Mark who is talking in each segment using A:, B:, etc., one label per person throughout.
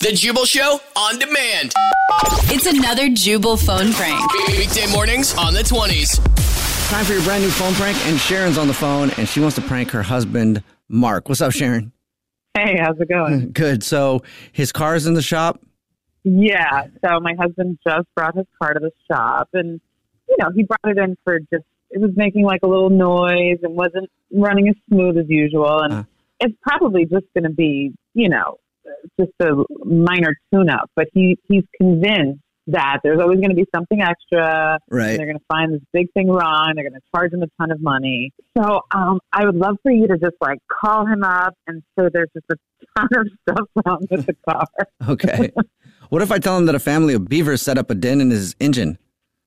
A: The Jubal Show on demand.
B: It's another Jubal phone prank.
A: Weekday mornings on the 20s.
C: Time for your brand new phone prank, and Sharon's on the phone, and she wants to prank her husband, Mark. What's up, Sharon?
D: Hey, how's it going?
C: Good. So his car's in the shop.
D: yeah. So my husband just brought his car to the shop, and you know he brought it in for just it was making like a little noise and wasn't running as smooth as usual, and
C: Uh.
D: it's probably just going to be you know just a minor tune-up. But he he's convinced that there's always going to be something extra. and
C: Right.
D: they're going to find this big thing wrong. They're going to charge him a ton of money. So um, I would love for you to just like call him up, and so there's just a ton of stuff wrong with the car.
C: Okay. what if I tell him that a family of beavers set up a den in his engine?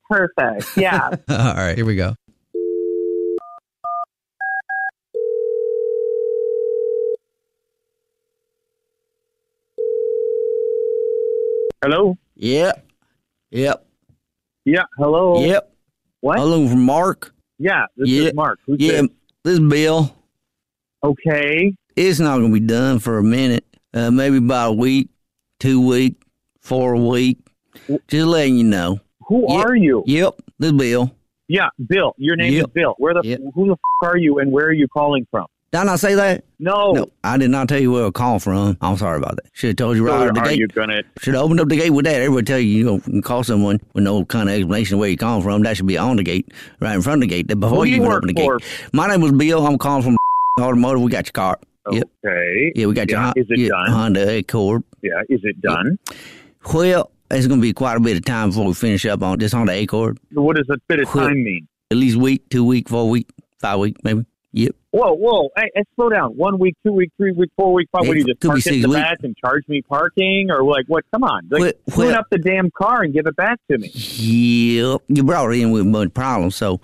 D: Perfect. Yeah.
C: All right. Here we go.
E: Hello.
C: Yep. Yep.
E: Yeah. Hello.
C: Yep.
E: Oh, What?
C: Hello, Mark.
E: Yeah. This
C: Yeah.
E: is Mark. Who's
C: yeah.
E: this?
C: This is Bill.
E: Okay.
C: It's not going to be done for a minute. Uh, maybe about a week, two week, four week. Just letting you know.
E: Who
C: Yeah.
E: are you?
C: Yep. This is Bill.
E: Yeah, Bill. Your name
C: Yeah.
E: is Bill. Where the
C: Yeah.
E: who the f- are you, and where are you calling from?
C: Did I not say that?
E: No.
C: No, I did not tell you where I call from. I'm sorry about that. Should have told you
E: So
C: right out of the
E: are
C: gate.
E: you gonna?
C: Should have opened up the gate with that. Everybody tell you you know, can call someone with no kind of explanation of where you calling from. That should be on the gate, right in front of the gate, that- before
E: Who do
C: you
E: you
C: even
E: work
C: open the
E: for?
C: gate. My name was Bill. I'm calling from Automotive. We got your car. Yep.
E: Okay.
C: Yeah, we got your
E: Oh. Yeah,
C: Hon-
E: is it
C: yeah,
E: done?
C: Honda Accord.
E: Yeah. Is it done?
C: Well, it's going to be quite a bit of time before we finish up on this Honda Accord.
E: What does a bit of
C: Who-
E: time mean?
C: At least week, two week, four week, five week, maybe. Yep.
E: Whoa, whoa! Hey, hey, slow down. One week, two week, three week, four week, five.
C: Hey,
E: What do you just
C: could be
E: park it in
C: six
E: the
C: weeks.
E: back and charge me parking, or like what? Come on, like
C: Wh-
E: tune
C: wh-
E: up the damn car and give it back to me.
C: Yep. You brought it in with a bunch of problems, so,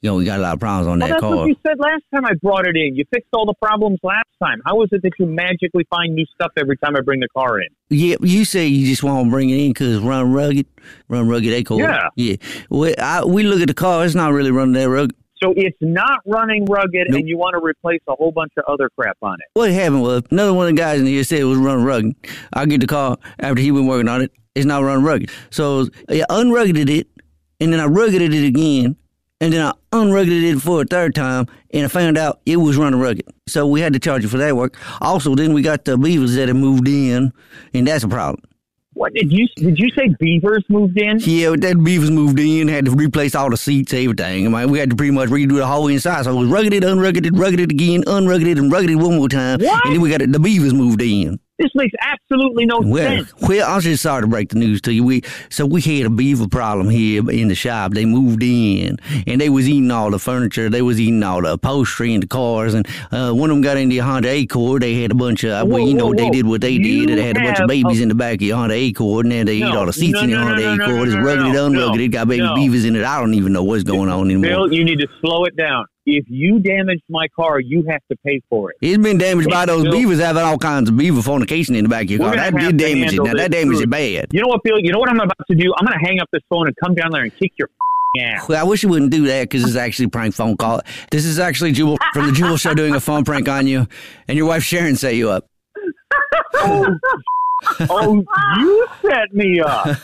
C: you know, we got a lot of problems on
E: Well,
C: that
E: that's
C: car.
E: what you said last time I brought it in. You fixed all the problems last time. How is it that you magically find new stuff every time I bring the car in?
C: Yeah, you say you just want to bring it in because run rugged, run rugged. They call it.
E: Yeah.
C: yeah. Well, I, we look at the car; it's not really running that rugged.
E: So it's not running rugged,
C: Nope.
E: and you want to replace a whole bunch of other crap on it.
C: What happened was another one of the guys in here said it was running rugged. I get the car after he been working on it; it's not running rugged. So I unruggeded it, and then I ruggeded it again, and then I unruggeded it for a third time, and I found out it was running rugged. So we had to charge you for that work. Also, then we got the beavers that had moved in, and that's a problem.
E: What did you did you say? Beavers moved in.
C: Yeah, that beavers moved in, had to replace all the seats, everything. I mean, we had to pretty much redo the whole inside. So it was ruggeded, unruggeded, ruggeded again, unruggeded, and ruggeded one more time.
E: What?
C: And then we got it, the beavers moved in.
E: This makes absolutely no
C: Well,
E: sense.
C: well, I'm just sorry to break the news to you. We so we had a beaver problem here in the shop. They moved in and they was eating all the furniture. They was eating all the upholstery and the cars. And uh, one of them got into the Honda Accord. They had a bunch of well,
E: Whoa,
C: you know
E: whoa,
C: they
E: whoa.
C: did what they did.
E: You
C: They had a bunch of
E: have
C: babies
E: a-
C: in the back of your Honda Accord, and then they eat
E: No,
C: all the seats
E: no,
C: in the
E: no,
C: Honda
E: no, no,
C: Accord.
E: no,
C: it's
E: no,
C: rugged,
E: no,
C: unrugged.
E: no.
C: It got baby
E: No.
C: beavers in it. I don't even know what's going on anymore.
E: Bill, you need to slow it down. if you damaged my car, you have to pay for it.
C: It's been damaged by those
E: Bill-
C: beavers having all kinds of beaver fornication in the back of your
E: We're
C: car.
E: gonna
C: That
E: have
C: did
E: to
C: damage it.
E: handle
C: Now that
E: this
C: damage is
E: through-
C: bad.
E: You know what, Bill? You know what I'm about to do? I'm going to hang up this phone and come down there and kick your f***ing ass.
C: Well, I wish you wouldn't do that because it's actually a prank phone call. This is actually Jubal from the Jubal Show doing a phone prank on you, and your wife Sharon set you up.
E: oh, you set me up.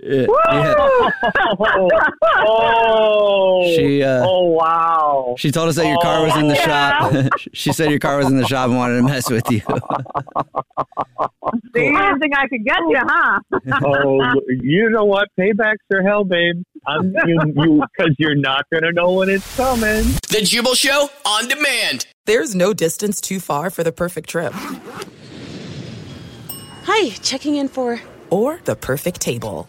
C: Yeah.
E: oh,
C: She, uh,
E: oh, wow.
C: She told us that your car was in the shop. she said your car was in the shop and wanted to mess with you.
D: See, I didn't think I could get you, huh?
E: oh, you know what? Paybacks are hell, babe. I'm you because you, are not gonna know when it's coming.
A: The Jubal Show on demand.
F: There's no distance too far for the perfect trip
G: Hi, checking in for.
F: or the perfect table.